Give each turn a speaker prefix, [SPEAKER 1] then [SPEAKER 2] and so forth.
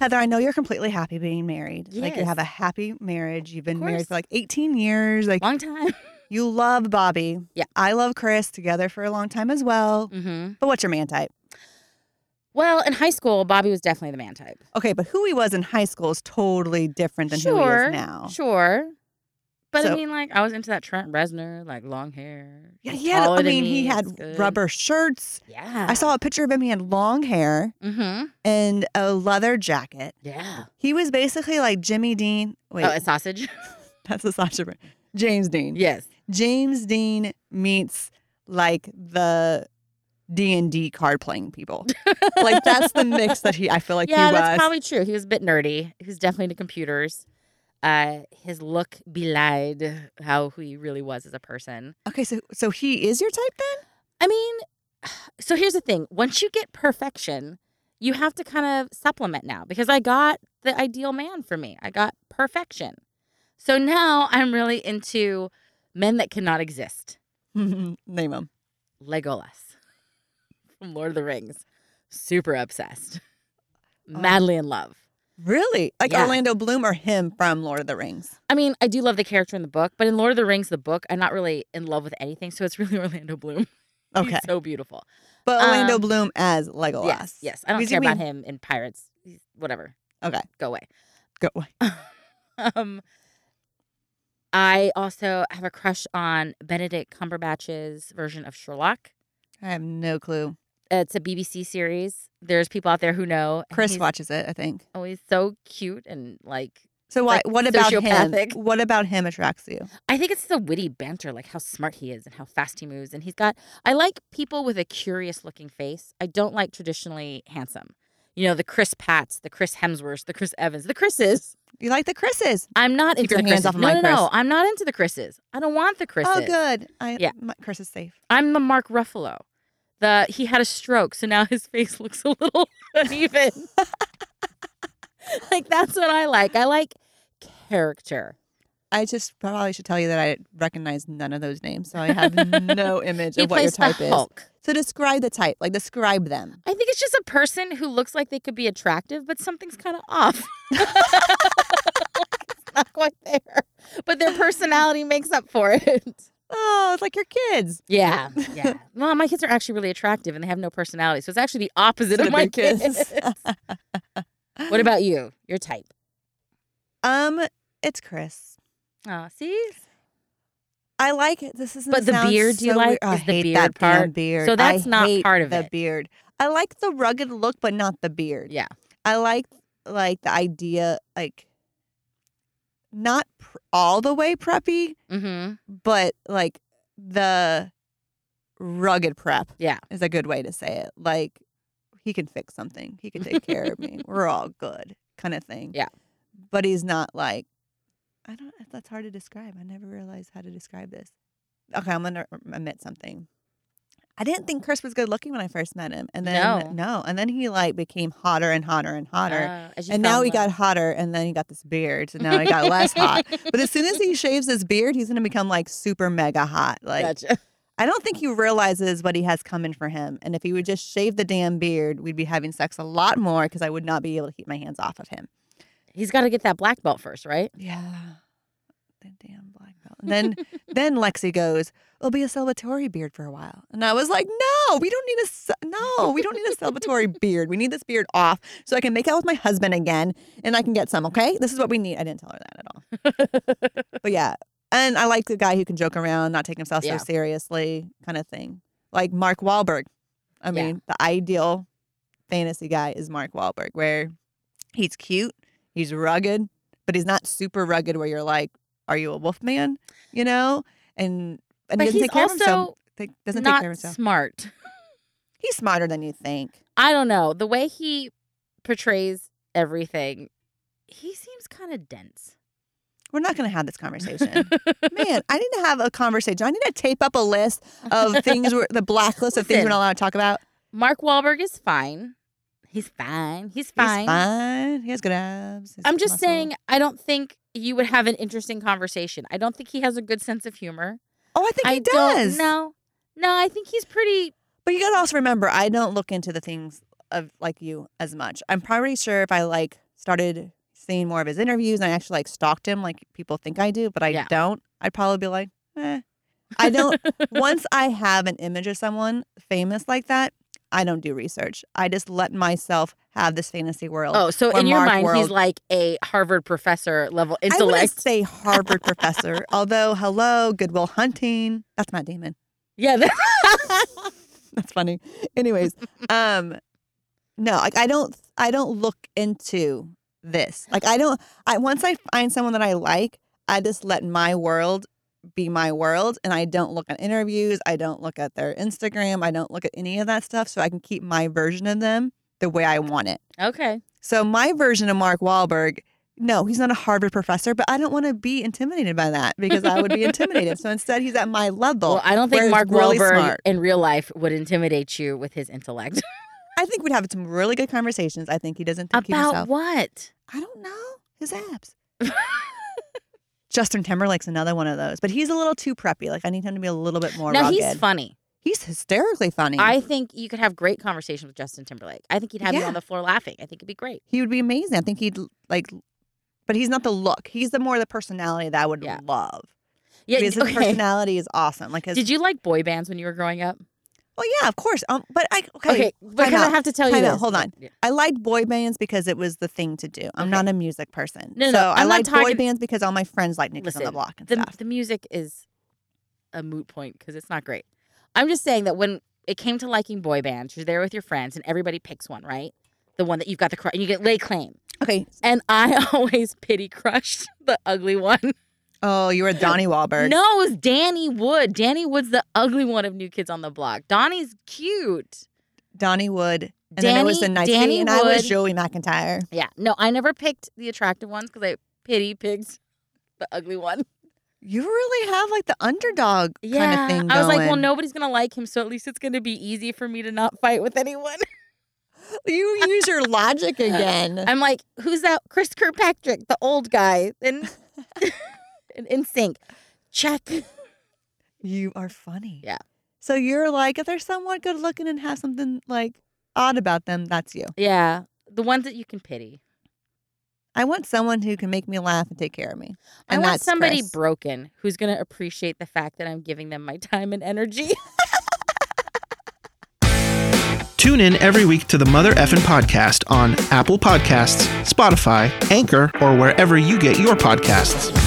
[SPEAKER 1] Heather, I know you're completely happy being married. Like you
[SPEAKER 2] Yes.
[SPEAKER 1] have a happy marriage. You've been married
[SPEAKER 2] course.
[SPEAKER 1] for like 18 years. Like
[SPEAKER 2] Long time.
[SPEAKER 1] you love Bobby.
[SPEAKER 2] Yeah.
[SPEAKER 1] I love Chris together for a long time as well.
[SPEAKER 2] hmm
[SPEAKER 1] But what's your man type?
[SPEAKER 2] Well, in high school, Bobby was definitely the man type.
[SPEAKER 1] Okay, but who he was in high school is totally different than who he
[SPEAKER 2] Sure,
[SPEAKER 1] is now.
[SPEAKER 2] Sure. But
[SPEAKER 1] Oh. So-
[SPEAKER 2] I mean, like, I was into that Trent Reznor, like long hair.
[SPEAKER 1] Yeah,
[SPEAKER 2] He's
[SPEAKER 1] he had,
[SPEAKER 2] taller
[SPEAKER 1] I
[SPEAKER 2] than
[SPEAKER 1] mean,
[SPEAKER 2] me.
[SPEAKER 1] he
[SPEAKER 2] That's
[SPEAKER 1] had
[SPEAKER 2] good.
[SPEAKER 1] rubber shirts.
[SPEAKER 2] Yeah.
[SPEAKER 1] I saw a picture of him. He had long hair
[SPEAKER 2] Mm-hmm.
[SPEAKER 1] and a leather jacket.
[SPEAKER 2] Yeah.
[SPEAKER 1] He was basically like Jimmy Dean. Wait,
[SPEAKER 2] Oh, a sausage.
[SPEAKER 1] that's a Sasha. Baron- James Dean.
[SPEAKER 2] yes.
[SPEAKER 1] James Dean meets like the D and D card playing people. like that's the mix that he. I feel like
[SPEAKER 2] yeah,
[SPEAKER 1] he was.
[SPEAKER 2] that's probably true. He was a bit nerdy. He was definitely into computers. Uh, his look belied how he really was as a person.
[SPEAKER 1] okay, so so he is your type then?
[SPEAKER 2] I mean, so here's the thing: once you get perfection, you have to kind of supplement now because I got the ideal man for me. I got perfection, so now I'm really into men that cannot exist.
[SPEAKER 1] Name him.
[SPEAKER 2] Legolas from Lord of the Rings, super obsessed,
[SPEAKER 1] Oh.
[SPEAKER 2] madly in love.
[SPEAKER 1] Really? Like
[SPEAKER 2] Yeah.
[SPEAKER 1] Orlando Bloom or him from Lord of the Rings?
[SPEAKER 2] I mean, I do love the character in the book, but in Lord of the Rings, the book, I'm not really in love with anything. So it's really Orlando Bloom. He's
[SPEAKER 1] Okay,
[SPEAKER 2] so beautiful.
[SPEAKER 1] but Orlando
[SPEAKER 2] um,
[SPEAKER 1] Bloom as Legolas.
[SPEAKER 2] Yes. Yes. I don't
[SPEAKER 1] Because
[SPEAKER 2] care
[SPEAKER 1] you
[SPEAKER 2] about
[SPEAKER 1] mean-
[SPEAKER 2] him in Pirates. He's- Whatever.
[SPEAKER 1] Okay.
[SPEAKER 2] Go away.
[SPEAKER 1] Go away.
[SPEAKER 2] um, I also have a crush on Benedict Cumberbatch's version of Sherlock.
[SPEAKER 1] I have no clue.
[SPEAKER 2] It's a BBC series. There's people out there who know. and
[SPEAKER 1] Chris
[SPEAKER 2] he's
[SPEAKER 1] watches it, I think.
[SPEAKER 2] always so cute and like
[SPEAKER 1] So why,
[SPEAKER 2] like,
[SPEAKER 1] what about him?
[SPEAKER 2] sociopathic.
[SPEAKER 1] What about him attracts you?
[SPEAKER 2] I think it's the witty banter, like how smart he is and how fast he moves. And he's got, I like people with a curious looking face. I don't like traditionally handsome. You know, the Chris Pats, the Chris Hemsworths, the Chris Evans, the Chris's.
[SPEAKER 1] You like the Chris's?
[SPEAKER 2] I'm not
[SPEAKER 1] Keep
[SPEAKER 2] into
[SPEAKER 1] your
[SPEAKER 2] the
[SPEAKER 1] hands
[SPEAKER 2] Chris's.
[SPEAKER 1] off of
[SPEAKER 2] no,
[SPEAKER 1] my
[SPEAKER 2] no, no.
[SPEAKER 1] Chris.
[SPEAKER 2] I'm not into the Chris's. I don't want the Chris's.
[SPEAKER 1] Oh, good. I,
[SPEAKER 2] Yeah.
[SPEAKER 1] my- Chris is safe.
[SPEAKER 2] I'm the Mark Ruffalo. The he had a stroke, so now his face looks a little uneven. like that's what I like. I like character.
[SPEAKER 1] I just probably should tell you that I recognize none of those names, so I have no image
[SPEAKER 2] He
[SPEAKER 1] of what your
[SPEAKER 2] plays
[SPEAKER 1] type
[SPEAKER 2] the
[SPEAKER 1] is.
[SPEAKER 2] Hulk.
[SPEAKER 1] So describe the type, like describe them.
[SPEAKER 2] I think it's just a person who looks like they could be attractive, but something's kind of off. it's not quite there, but their personality makes up for it.
[SPEAKER 1] Oh, it's like your kids.
[SPEAKER 2] Yeah, yeah. Well, my kids are actually really attractive, and they have no personality, so it's actually the
[SPEAKER 1] Instead
[SPEAKER 2] opposite of
[SPEAKER 1] of
[SPEAKER 2] my
[SPEAKER 1] your kids.
[SPEAKER 2] kids. what about you? Your type?
[SPEAKER 1] Um, it's Chris.
[SPEAKER 2] Oh, see,
[SPEAKER 1] I like it. This is
[SPEAKER 2] But the beard you like
[SPEAKER 1] Oh, I
[SPEAKER 2] is the
[SPEAKER 1] hate
[SPEAKER 2] beard
[SPEAKER 1] that damn
[SPEAKER 2] part.
[SPEAKER 1] beard.
[SPEAKER 2] So that's
[SPEAKER 1] I
[SPEAKER 2] not
[SPEAKER 1] hate
[SPEAKER 2] part of
[SPEAKER 1] the
[SPEAKER 2] it.
[SPEAKER 1] beard. I like the rugged look, but not the beard.
[SPEAKER 2] yeah.
[SPEAKER 1] I like like the idea, like not pr- all the way preppy,
[SPEAKER 2] Mm-hmm.
[SPEAKER 1] but like the rugged prep
[SPEAKER 2] Yeah.
[SPEAKER 1] is a good way to say it like he can fix something he can take care of me we're all good kind of thing
[SPEAKER 2] Yeah.
[SPEAKER 1] but he's not like i don't that's hard to describe i never realized how to describe this okay i'm gonna admit something i didn't think chris was good looking when i first met him and then
[SPEAKER 2] No.
[SPEAKER 1] and then he like became hotter and hotter and hotter
[SPEAKER 2] Uh, as you
[SPEAKER 1] and
[SPEAKER 2] fell
[SPEAKER 1] now
[SPEAKER 2] in
[SPEAKER 1] he got
[SPEAKER 2] love.
[SPEAKER 1] hotter, and then he got this beard, so now he got less hot. But as soon as he shaves his beard, he's gonna become like super mega hot. Like
[SPEAKER 2] Gotcha.
[SPEAKER 1] I don't think he realizes what he has coming for him. And if he would just shave the damn beard, we'd be having sex a lot more because I would not be able to keep my hands off of him.
[SPEAKER 2] He's got to get that black belt first, right?
[SPEAKER 1] Yeah, the damn black belt. And then then Lexi goes, "It'll be a celebratory beard for a while," and I was like, "No, we don't need a ce- no, we don't need a celebratory beard. We need this beard off so I can make out with my husband again, and I can get some. Okay, this is what we need." I didn't tell her that at all. But yeah, and I like the guy who can joke around, not take himself
[SPEAKER 2] Yeah.
[SPEAKER 1] so seriously, kind of thing. Like Mark Wahlberg. I
[SPEAKER 2] Yeah.
[SPEAKER 1] mean, the ideal fantasy guy is Mark Wahlberg, where he's cute, he's rugged, but he's not super rugged where you're like, "Are you a wolf man?" You know, and and
[SPEAKER 2] but
[SPEAKER 1] he doesn't
[SPEAKER 2] he's
[SPEAKER 1] take care of himself.
[SPEAKER 2] also
[SPEAKER 1] Take, doesn't take
[SPEAKER 2] not
[SPEAKER 1] care of himself.
[SPEAKER 2] smart.
[SPEAKER 1] He's smarter than you think.
[SPEAKER 2] I don't know. The way he portrays everything, he seems kind of dense.
[SPEAKER 1] We're not going to have this conversation. Man, I need to have a conversation. I need to tape up a list of things, we're, the blacklist of things we're
[SPEAKER 2] Listen,
[SPEAKER 1] not allowed to talk about.
[SPEAKER 2] Mark Wahlberg is fine. He's fine. He's fine.
[SPEAKER 1] He's fine. He has good abs. He's
[SPEAKER 2] I'm just
[SPEAKER 1] muscle.
[SPEAKER 2] saying, I don't think you would have an interesting conversation. I don't think he has a good sense of humor.
[SPEAKER 1] Oh, I think he
[SPEAKER 2] I
[SPEAKER 1] does.
[SPEAKER 2] don't know. No, I think he's pretty.
[SPEAKER 1] But you got to also remember, I don't look into the things of like you as much. I'm probably sure if I like started seeing more of his interviews and I actually like stalked him like people think I do, but I
[SPEAKER 2] Yeah.
[SPEAKER 1] don't, I'd probably be like, eh. I don't once I have an image of someone famous like that, I don't do research. I just let myself have this fantasy world.
[SPEAKER 2] Oh, so
[SPEAKER 1] or
[SPEAKER 2] in your
[SPEAKER 1] Mark
[SPEAKER 2] mind, he's
[SPEAKER 1] World.
[SPEAKER 2] like a Harvard professor level
[SPEAKER 1] I wouldn't
[SPEAKER 2] intellect.
[SPEAKER 1] say Harvard professor, although hello, Goodwill Hunting. That's Matt Damon.
[SPEAKER 2] Yeah. that-
[SPEAKER 1] That's funny. Anyways, um, no, like I don't, I don't look into this. Like I don't. I once I find someone that I like, I just let my world be my world, and I don't look at interviews. I don't look at their Instagram. I don't look at any of that stuff, so I can keep my version of them the way I want it.
[SPEAKER 2] okay.
[SPEAKER 1] So my version of Mark Wahlberg, no, he's not a Harvard professor, but I don't want to be intimidated by that because I would be intimidated. So instead, he's at my level.
[SPEAKER 2] Well, I don't think
[SPEAKER 1] whereas
[SPEAKER 2] Mark
[SPEAKER 1] really
[SPEAKER 2] Wahlberg
[SPEAKER 1] smart.
[SPEAKER 2] in real life would intimidate you with his intellect.
[SPEAKER 1] I think we'd have some really good conversations. I think he doesn't think he
[SPEAKER 2] About
[SPEAKER 1] himself.
[SPEAKER 2] what?
[SPEAKER 1] I don't know his abs. Justin Timberlake's another one of those, but he's a little too preppy. Like I need him to be a little bit more
[SPEAKER 2] no,
[SPEAKER 1] rugged.
[SPEAKER 2] he's funny.
[SPEAKER 1] He's hysterically funny.
[SPEAKER 2] I think you could have great conversations with Justin Timberlake. I think he'd have you
[SPEAKER 1] Yeah.
[SPEAKER 2] on the floor laughing. I think it'd be great.
[SPEAKER 1] he would be amazing. I think he'd like, but he's not the look. He's the more the personality that I would
[SPEAKER 2] Yeah.
[SPEAKER 1] love.
[SPEAKER 2] Yeah.
[SPEAKER 1] because his
[SPEAKER 2] Okay.
[SPEAKER 1] personality is awesome. Like his
[SPEAKER 2] Did you like boy bands when you were growing up?
[SPEAKER 1] Well, yeah, of course. Um, but I okay,
[SPEAKER 2] Okay, because I
[SPEAKER 1] out.
[SPEAKER 2] have to tell you
[SPEAKER 1] Time out.
[SPEAKER 2] this.
[SPEAKER 1] Hold on.
[SPEAKER 2] Yeah.
[SPEAKER 1] I liked boy bands because it was the thing to do. I'm
[SPEAKER 2] Okay.
[SPEAKER 1] not a music person,
[SPEAKER 2] No, no,
[SPEAKER 1] so
[SPEAKER 2] no,
[SPEAKER 1] I
[SPEAKER 2] I'm not
[SPEAKER 1] liked boy
[SPEAKER 2] talking-
[SPEAKER 1] bands because all my friends liked Nicks on the
[SPEAKER 2] Listen,
[SPEAKER 1] Block and
[SPEAKER 2] The,
[SPEAKER 1] stuff.
[SPEAKER 2] the music is a moot point because it's not great. I'm just saying that when it came to liking boy bands, you're there with your friends and everybody picks one, right? The one that you've got the crush and you get lay claim.
[SPEAKER 1] Okay.
[SPEAKER 2] And I always pity crushed the ugly one.
[SPEAKER 1] Oh, you were Donnie Wahlberg.
[SPEAKER 2] No, it was Danny Wood. Danny Wood's the ugly one of New Kids on the Block. Donnie's cute.
[SPEAKER 1] Donnie Wood. And then it was the
[SPEAKER 2] Danny-
[SPEAKER 1] night
[SPEAKER 2] Danny
[SPEAKER 1] and I was
[SPEAKER 2] Wood.
[SPEAKER 1] Joey McIntyre.
[SPEAKER 2] Yeah. No, I never picked the attractive ones because I pity picked the ugly one.
[SPEAKER 1] You really have like the underdog kind of thing.
[SPEAKER 2] I was like, well,
[SPEAKER 1] going.
[SPEAKER 2] nobody's gonna like him, so at least it's gonna be easy for me to not fight with anyone.
[SPEAKER 1] You use your logic again.
[SPEAKER 2] I'm like, who's that? Chris Kirkpatrick, the old guy, and in sync. Check.
[SPEAKER 1] You are funny.
[SPEAKER 2] Yeah.
[SPEAKER 1] So you're like, if they're somewhat good looking and have something like odd about them, that's you.
[SPEAKER 2] Yeah, the ones that you can pity.
[SPEAKER 1] I want someone who can make me laugh and take care of me.
[SPEAKER 2] I
[SPEAKER 1] And
[SPEAKER 2] want
[SPEAKER 1] that's
[SPEAKER 2] somebody
[SPEAKER 1] Chris.
[SPEAKER 2] broken who's gonna appreciate the fact that I'm giving them my time and energy.
[SPEAKER 3] Tune in every week to the Mother Effin podcast on Apple Podcasts, Spotify, Anchor, or wherever you get your podcasts.